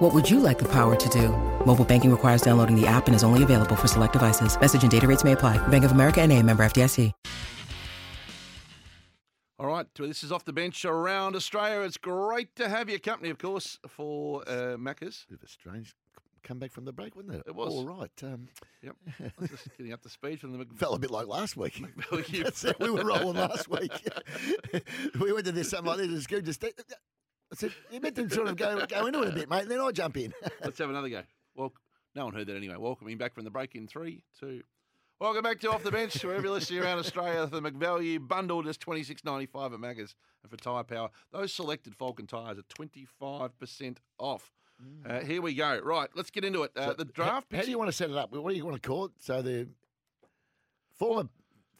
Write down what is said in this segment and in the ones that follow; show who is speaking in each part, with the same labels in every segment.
Speaker 1: What would you like the power to do? Mobile banking requires downloading the app and is only available for select devices. Message and data rates may apply. Bank of America and a member FDIC.
Speaker 2: All right, so this is off the bench around Australia. It's great to have your company, of course, for uh, Macca's.
Speaker 3: Bit of a strange comeback from the break, wasn't it?
Speaker 2: It was.
Speaker 3: All right. Um,
Speaker 2: Yep, I was just getting up to speed from the Mc-
Speaker 3: felt a bit like last week.
Speaker 2: McVilliam.
Speaker 3: That's it. We were rolling last week. we went to this something like this. It's good to stay. I said, you meant to sort of go, go into it a bit, mate, and then I jump in.
Speaker 2: Let's have another go. Well, no one heard that anyway. Welcoming back from the break in three, two. Welcome back to Off the Bench, wherever you're listening around Australia. The McValue bundle just twenty six ninety five at Maggers, and for Tyre Power, those selected Falcon tyres are twenty five percent off. Uh, here we go. Right, let's get into it. Uh,
Speaker 3: Mm. So,
Speaker 2: the
Speaker 3: h-
Speaker 2: draft.
Speaker 3: How,
Speaker 2: picks-
Speaker 3: do you want to set it up? What do you want to call it? So the former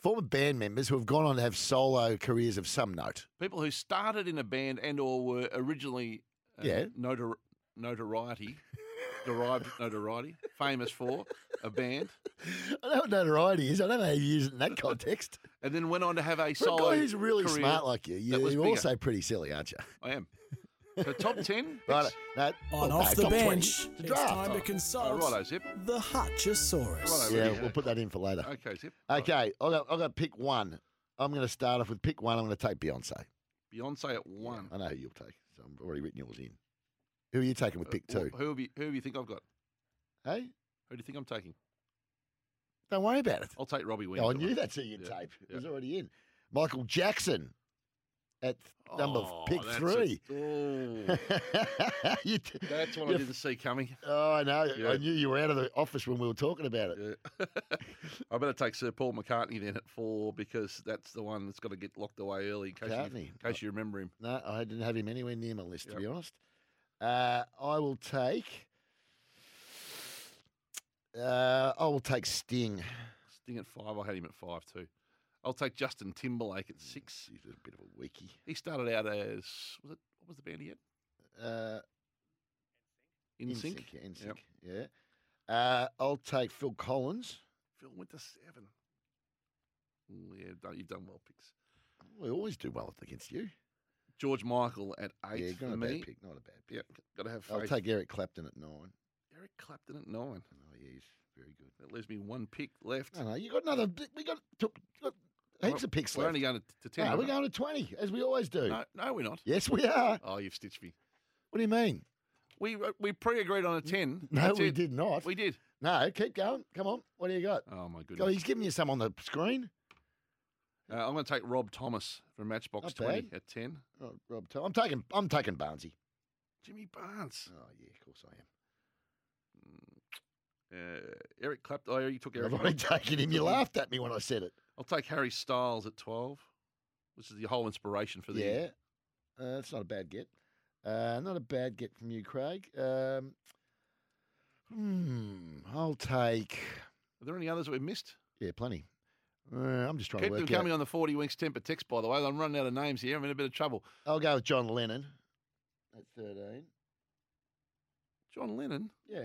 Speaker 3: former band members who have gone on to have solo careers of some note.
Speaker 2: people who started in a band and or were originally uh,
Speaker 3: Yeah.
Speaker 2: notor- notoriety derived notoriety famous for a band
Speaker 3: I know what notoriety is. I don't know how you use it in that context.
Speaker 2: and then went on to have a
Speaker 3: For
Speaker 2: solo
Speaker 3: a guy who's really
Speaker 2: career.
Speaker 3: smart like you, you
Speaker 2: was
Speaker 3: you're
Speaker 2: bigger.
Speaker 3: also pretty silly, aren't you?
Speaker 2: I am so top 10
Speaker 3: Right.
Speaker 2: picks?
Speaker 3: No,
Speaker 4: On
Speaker 3: oh,
Speaker 4: off the
Speaker 3: no, top 20.
Speaker 4: bench,
Speaker 3: It's a
Speaker 4: it's
Speaker 3: draft.
Speaker 4: time to
Speaker 2: oh,
Speaker 4: consult
Speaker 2: righto zip
Speaker 4: the Hutchosaurus.
Speaker 2: Righto.
Speaker 3: Yeah,
Speaker 2: Yeah.
Speaker 3: we'll put that in for later.
Speaker 2: okay zip Right.
Speaker 3: Okay, I'll go, I'll go pick one. I'm going to start off with pick one. I'm going to take Beyonce.
Speaker 2: Beyonce at one
Speaker 3: I know who you'll take. So I've already written yours in. Who are you taking with pick
Speaker 2: Uh,
Speaker 3: two?
Speaker 2: wh- who have you who have you think I've got
Speaker 3: Hey,
Speaker 2: who do you think I'm taking
Speaker 3: don't worry about it.
Speaker 2: I'll take Robbie Williams
Speaker 3: Oh, I
Speaker 2: at
Speaker 3: knew
Speaker 2: one.
Speaker 3: that's who you'd
Speaker 2: Yeah,
Speaker 3: take. It
Speaker 2: yeah.
Speaker 3: was already in. Michael Jackson at th- number f-
Speaker 2: Oh,
Speaker 3: pick
Speaker 2: that's a-
Speaker 3: three.
Speaker 2: oh,
Speaker 3: You t-
Speaker 2: that's one I
Speaker 3: you
Speaker 2: didn't see coming
Speaker 3: Oh, I know.
Speaker 2: Yeah.
Speaker 3: I knew you were out of the office when we were talking about it.
Speaker 2: Yeah. I better take Sir Paul McCartney then at four because that's the one that's got to get locked away early in case, you, in
Speaker 3: McCartney.
Speaker 2: case you remember him.
Speaker 3: No, I didn't have him anywhere near my list, to
Speaker 2: Yep.
Speaker 3: be honest. Uh, I will take. Uh, I will take Sting.
Speaker 2: Sting at five. I had him at five too. I'll take Justin Timberlake at six.
Speaker 3: He's a bit of a wiki.
Speaker 2: He started out as was it what was the band he had?
Speaker 3: Uh,
Speaker 2: In sync.
Speaker 3: Yeah, in sync. Yeah. Uh, I'll take Phil Collins.
Speaker 2: Phil went to seven. Mm, Yeah, done- you've done well picks.
Speaker 3: We always do well against you.
Speaker 2: George Michael at eight
Speaker 3: yeah,
Speaker 2: for
Speaker 3: not a
Speaker 2: me.
Speaker 3: bad pick. Not a bad pick.
Speaker 2: Yeah, got to have faith.
Speaker 3: I'll take Eric Clapton at nine.
Speaker 2: Eric Clapton at nine.
Speaker 3: Oh, yeah, he's very good.
Speaker 2: That leaves me one pick left.
Speaker 3: No, no, you got another. We got, took, got
Speaker 2: We're-
Speaker 3: heaps Oh, of picks
Speaker 2: We're
Speaker 3: left.
Speaker 2: only going to, to ten.
Speaker 3: no, we're
Speaker 2: aren't
Speaker 3: going to twenty as we always do.
Speaker 2: we? no, no, we're not.
Speaker 3: Yes, we are.
Speaker 2: Oh, you've stitched me.
Speaker 3: What do you mean?
Speaker 2: We uh, we pre-agreed on a ten.
Speaker 3: No,
Speaker 2: That's
Speaker 3: we
Speaker 2: it.
Speaker 3: did not.
Speaker 2: We did.
Speaker 3: No, keep going. Come on. What do you got?
Speaker 2: Oh my
Speaker 3: God,
Speaker 2: goodness.
Speaker 3: he's giving you some on the screen.
Speaker 2: Uh, I'm going to take Rob Thomas from Matchbox
Speaker 3: Not
Speaker 2: 20
Speaker 3: bad.
Speaker 2: at 10.
Speaker 3: Oh, Rob, Tom- I'm taking. I'm taking Barnsey.
Speaker 2: Jimmy Barnes.
Speaker 3: Oh yeah, of course I am.
Speaker 2: Uh, Eric Clapton. Oh, you took Eric.
Speaker 3: I've already
Speaker 2: Clapton.
Speaker 3: taken him. You laughed at me when I said it.
Speaker 2: I'll take Harry Styles at 12, which is the whole inspiration for the.
Speaker 3: yeah, uh, that's not a bad get. Uh, not a bad get from you, Craig. Um, hmm, I'll take.
Speaker 2: Are there any others that we've missed?
Speaker 3: Yeah, plenty. Uh, I'm just trying
Speaker 2: Keep
Speaker 3: to
Speaker 2: them
Speaker 3: work
Speaker 2: coming
Speaker 3: out.
Speaker 2: on the 40 Winks temper text, by the way. I'm running out of names here. I'm in a bit of trouble.
Speaker 3: I'll go with John Lennon at 13.
Speaker 2: John Lennon.
Speaker 3: Yeah,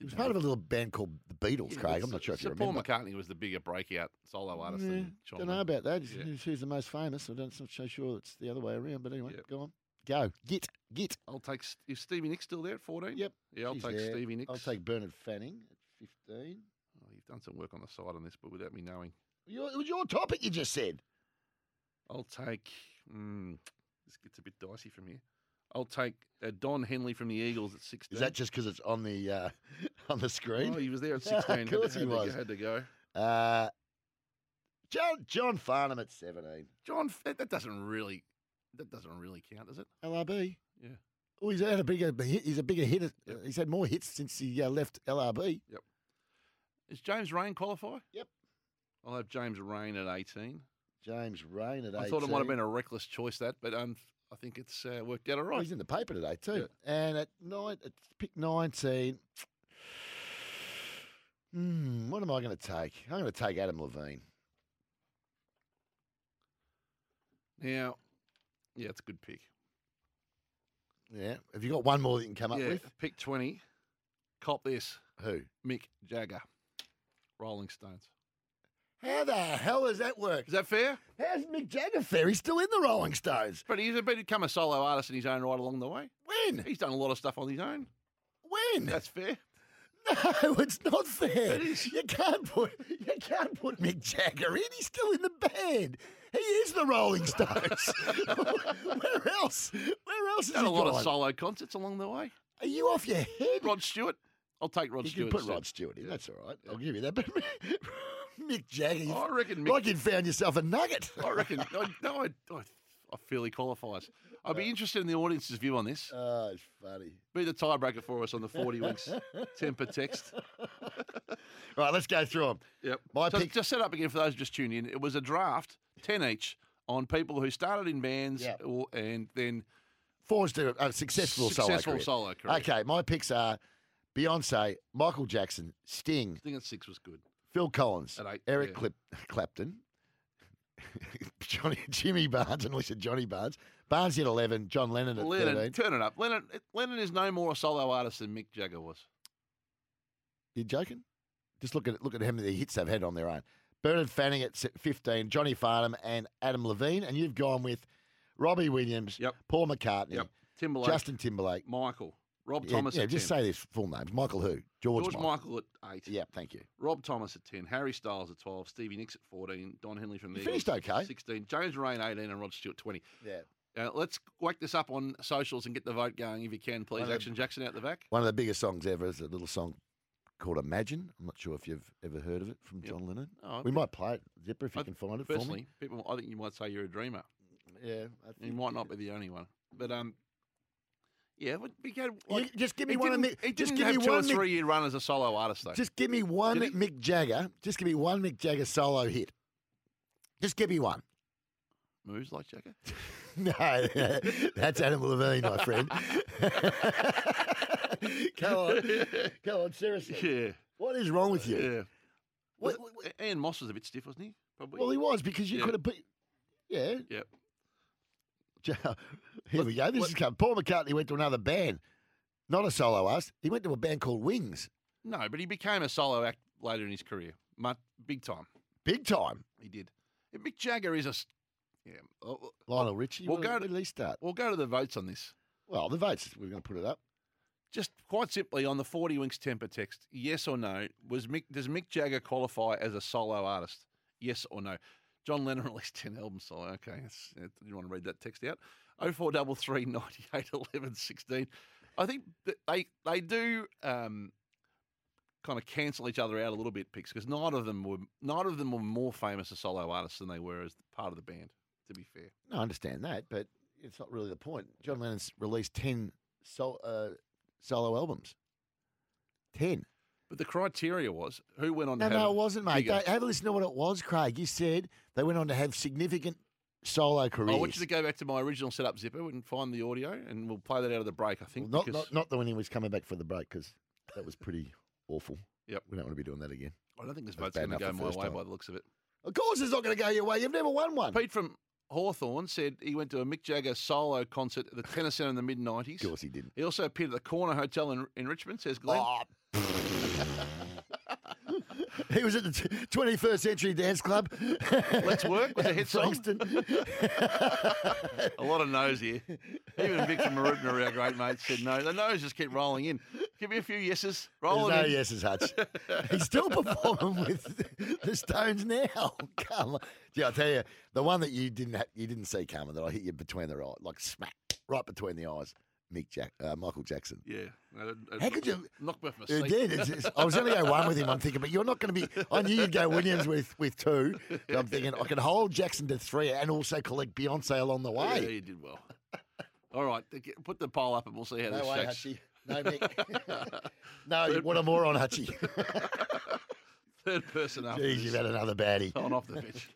Speaker 3: he was
Speaker 2: Didn't
Speaker 3: part
Speaker 2: have
Speaker 3: of a little band called the Beatles,
Speaker 2: Yeah,
Speaker 3: Craig.
Speaker 2: but
Speaker 3: I'm not sure if
Speaker 2: Sir
Speaker 3: you remember.
Speaker 2: Paul McCartney was the bigger breakout solo artist
Speaker 3: Yeah,
Speaker 2: than John
Speaker 3: Don't know
Speaker 2: Lennon.
Speaker 3: about that.
Speaker 2: Yeah.
Speaker 3: Who's, who's the most famous? I don't, I'm not so sure it's the other way around. But anyway,
Speaker 2: Yep.
Speaker 3: go on. Go. Git. Git.
Speaker 2: I'll take. S- Is Stevie Nicks still there at 14?
Speaker 3: Yep,
Speaker 2: Yeah, I'll
Speaker 3: She's
Speaker 2: take
Speaker 3: there.
Speaker 2: Stevie Nicks.
Speaker 3: I'll take Bernard Fanning at 15.
Speaker 2: Oh, you've done some work on the side on this, but without me knowing.
Speaker 3: Your, it was your topic you just said.
Speaker 2: I'll take. Mm, this gets a bit dicey from here. I'll take uh, Don Henley from the Eagles at 16.
Speaker 3: Is that just because it's on the uh, on the
Speaker 2: Oh,
Speaker 3: screen?
Speaker 2: he was there at
Speaker 3: Yeah, of
Speaker 2: 16.
Speaker 3: course
Speaker 2: had, to- had
Speaker 3: he
Speaker 2: to-
Speaker 3: was.
Speaker 2: had to go.
Speaker 3: Uh, John, John Farnham at 17.
Speaker 2: John, F- that doesn't really, that doesn't really count, does it?
Speaker 3: LRB.
Speaker 2: Yeah.
Speaker 3: Oh, he's had a bigger hit. He's a bigger hit. at-
Speaker 2: Yep.
Speaker 3: He's had more hits since he uh, left LRB.
Speaker 2: Is James Rain qualify?
Speaker 3: Yep.
Speaker 2: I'll have James Rain at 18.
Speaker 3: James Rain at 18.
Speaker 2: I thought it might have been a reckless choice that, but um, I think it's uh, worked out all
Speaker 3: Well,
Speaker 2: right.
Speaker 3: He's in the paper today too. And at nine, at pick nineteen. Hmm, what am I going to take? I'm going to take Adam Levine.
Speaker 2: Now, yeah, it's a good pick.
Speaker 3: Yeah. Have you got one more that you can come up
Speaker 2: yeah,
Speaker 3: with?
Speaker 2: pick 20. Cop this.
Speaker 3: Who?
Speaker 2: Mick Jagger. Rolling Stones.
Speaker 3: How the hell does that work?
Speaker 2: Is that fair?
Speaker 3: How's Mick Jagger fair? He's still in the Rolling Stones.
Speaker 2: But he's become a solo artist in his own right along the way.
Speaker 3: When?
Speaker 2: He's done a lot of stuff on his own.
Speaker 3: When?
Speaker 2: That's fair.
Speaker 3: No, it's not fair.
Speaker 2: It is.
Speaker 3: You can't put you can't put Mick Jagger in. He's still in the band. He is the Rolling Stones. where else? Where else is
Speaker 2: Done
Speaker 3: he
Speaker 2: a lot of
Speaker 3: gone?
Speaker 2: solo concerts along the way.
Speaker 3: Are you off your head?
Speaker 2: Rod Stewart. I'll take Rod
Speaker 3: you
Speaker 2: Stewart.
Speaker 3: can put
Speaker 2: instead.
Speaker 3: Rod Stewart in. That's all right. I'll give you that. But Mick Jagger, you,
Speaker 2: I reckon Mick
Speaker 3: like you'd found yourself a nugget.
Speaker 2: I reckon. I, no, I, I, I feel he qualifies. I'd be interested in the audience's view on this.
Speaker 3: Oh, it's funny.
Speaker 2: Be the tiebreaker for us on the 40 weeks temper text.
Speaker 3: Right, let's go through them.
Speaker 2: Yep.
Speaker 3: My
Speaker 2: so
Speaker 3: pick-
Speaker 2: Just set up again for those who just tuned in. It was a draft, 10 each, on people who started in bands
Speaker 3: Yep.
Speaker 2: or, and then
Speaker 3: Forged a, a successful,
Speaker 2: successful
Speaker 3: solo career.
Speaker 2: solo career.
Speaker 3: Okay, my picks are Beyonce, Michael Jackson, Sting,
Speaker 2: I think at six was good.
Speaker 3: Phil Collins,
Speaker 2: At eight,
Speaker 3: Eric
Speaker 2: yeah.
Speaker 3: Clip, Clapton, Johnny, Jimmy Barnes, and Lisa Johnny Barnes, Barnes at 11, John Lennon at
Speaker 2: Lennon,
Speaker 3: 13.
Speaker 2: turn it up. Lennon, Lennon is no more a solo artist than Mick Jagger was.
Speaker 3: You joking? Just look at look at how many hits they've had on their own. Bernard Fanning at se- 15, Johnny Farnham and Adam Levine, and you've gone with Robbie Williams,
Speaker 2: Yep.
Speaker 3: Paul McCartney,
Speaker 2: Yep. Timberlake,
Speaker 3: Justin Timberlake,
Speaker 2: Michael, Rob
Speaker 3: yeah,
Speaker 2: Thomas
Speaker 3: yeah,
Speaker 2: at
Speaker 3: just
Speaker 2: 10.
Speaker 3: say this full names. Michael who? George,
Speaker 2: George
Speaker 3: Michael.
Speaker 2: Michael at 8.
Speaker 3: Yeah, thank you.
Speaker 2: Rob Thomas at 10, Harry Styles at 12, Stevie Nicks at 14, Don Henley from
Speaker 3: You
Speaker 2: there.
Speaker 3: finished eh? okay.
Speaker 2: 16, James Rain 18, and Rod Stewart 20.
Speaker 3: Yeah.
Speaker 2: Uh, let's whack this up on socials and get the vote going if you can, please.
Speaker 3: Well,
Speaker 2: Action Jackson out the back.
Speaker 3: One of the biggest songs ever is a little song called Imagine. I'm not sure if you've ever heard of it from
Speaker 2: Yep.
Speaker 3: John Lennon.
Speaker 2: Oh,
Speaker 3: We might play it, Zipper, if you
Speaker 2: I-
Speaker 3: can find it for me.
Speaker 2: personally, people, I think you might say you're a dreamer.
Speaker 3: Yeah, I
Speaker 2: You might not be the only one, but um, yeah, but we can,
Speaker 3: You-
Speaker 2: like,
Speaker 3: just give me
Speaker 2: he
Speaker 3: one. of
Speaker 2: didn't-
Speaker 3: Mick-
Speaker 2: He
Speaker 3: just
Speaker 2: didn't
Speaker 3: give
Speaker 2: have
Speaker 3: me
Speaker 2: two or
Speaker 3: one. Mick-
Speaker 2: three year run as a solo artist though.
Speaker 3: Just give me one
Speaker 2: Did he-
Speaker 3: Mick Jagger. Just give me one Mick Jagger solo hit. Just give me one.
Speaker 2: Moves like Jagger.
Speaker 3: No, that's Adam Levine, my friend. Come on, come on, seriously.
Speaker 2: yeah,
Speaker 3: What is wrong with you?
Speaker 2: yeah.
Speaker 3: What-
Speaker 2: Was
Speaker 3: what-
Speaker 2: it- Ian Moss was a bit stiff, wasn't he? Probably.
Speaker 3: well, he was because you
Speaker 2: Yeah.
Speaker 3: could have put. Yeah.
Speaker 2: Yep.
Speaker 3: Here we go. This
Speaker 2: what-
Speaker 3: is come. Paul McCartney went to another band, not a solo artist. He went to a band called Wings,
Speaker 2: no, but he became a solo act later in his career, Mu- big time.
Speaker 3: big time.
Speaker 2: He did. And Mick Jagger is a. s- Yeah. oh, oh,
Speaker 3: Lionel Richie.
Speaker 2: Well,
Speaker 3: Well,
Speaker 2: go
Speaker 3: where,
Speaker 2: to-
Speaker 3: where did he start?
Speaker 2: We'll go to the votes on this.
Speaker 3: Well, the votes. We're going to put it up.
Speaker 2: Just quite simply on the 40 Winks temper text, yes or no, was Mick, does Mick Jagger qualify as a solo artist? Yes or no? John Lennon released 10 albums solo. Okay. that's- that- you want to read that text out? 0433 98 11 16. I think that they, they do um, kind of cancel each other out a little bit, picks, because none of them were neither of them were more famous as solo artists than they were as part of the band, to be fair.
Speaker 3: No, I understand that, but it's not really the point. John Lennon's released 10 sol- uh, solo albums. 10.
Speaker 2: But the criteria was who went on
Speaker 3: No,
Speaker 2: to have
Speaker 3: no, it wasn't, mate.
Speaker 2: bigger-
Speaker 3: Don't- have a listen to what it was, Craig. You said they went on to have significant solo careers.
Speaker 2: I want Oh, you to go back to my original setup zipper and find the audio, and we'll play that out of the break. I think
Speaker 3: Well, not,
Speaker 2: because
Speaker 3: not, not the when he was coming back for the break because that was pretty awful.
Speaker 2: Yep.
Speaker 3: We don't want to be doing that again.
Speaker 2: I don't think this
Speaker 3: That's
Speaker 2: vote's
Speaker 3: bad
Speaker 2: going to
Speaker 3: enough
Speaker 2: go
Speaker 3: the
Speaker 2: my
Speaker 3: first
Speaker 2: way
Speaker 3: time.
Speaker 2: by the looks of it.
Speaker 3: Of course, it's not going to go your way. You've never won one.
Speaker 2: Pete from Hawthorne said he went to a Mick Jagger solo concert at the Tennis Centre in the mid '90s.
Speaker 3: Of course, he didn't.
Speaker 2: He also appeared at the Corner Hotel in, in Richmond. Says Glenn.
Speaker 3: Oh. he was at the t- 21st Century Dance Club.
Speaker 2: Let's work was a hit song.
Speaker 3: Frankston.
Speaker 2: A lot of no's here. Even Victor Marutner, our great mate, said no. The no's just keep rolling in. Give me a few yeses. Rolling
Speaker 3: There's
Speaker 2: in.
Speaker 3: no yeses, Hutch. He's still performing with the Stones now. Come on. Gee, I tell you, the one that you didn't ha- you didn't see coming that I hit you between the eye, like smack right between the eyes, Mick Jack, uh, Michael Jackson.
Speaker 2: Yeah. No, it- it
Speaker 3: How could you-
Speaker 2: knock me off my
Speaker 3: It
Speaker 2: seat?
Speaker 3: did. It's, it's- I was going to go one with him. I'm thinking, but you're not going to be. I knew you'd go Williams with with two. So I'm thinking I can hold Jackson to three and also collect Beyonce along the
Speaker 2: Yeah,
Speaker 3: way.
Speaker 2: you did well. All right, get- put the poll up and we'll see how
Speaker 3: No
Speaker 2: this
Speaker 3: way,
Speaker 2: shakes.
Speaker 3: Hutchie. No, Mick. no, what a moron, Hutchie.
Speaker 2: Third person up.
Speaker 3: Jeez, you've had another baddie.
Speaker 2: on off the bench.